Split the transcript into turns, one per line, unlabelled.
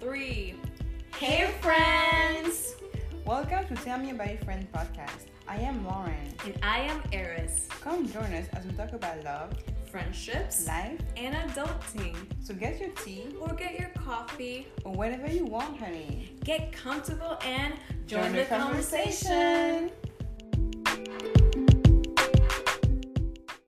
three.
Hey, friends!
Welcome to Tell Me About Your Friend podcast. I am Lauren.
And I am Eris.
Come join us as we talk about love,
Friendships
life,
and adulting.
so get your tea
Or get your coffee,
or whatever you want, honey.
get comfortable, and join, the, conversation.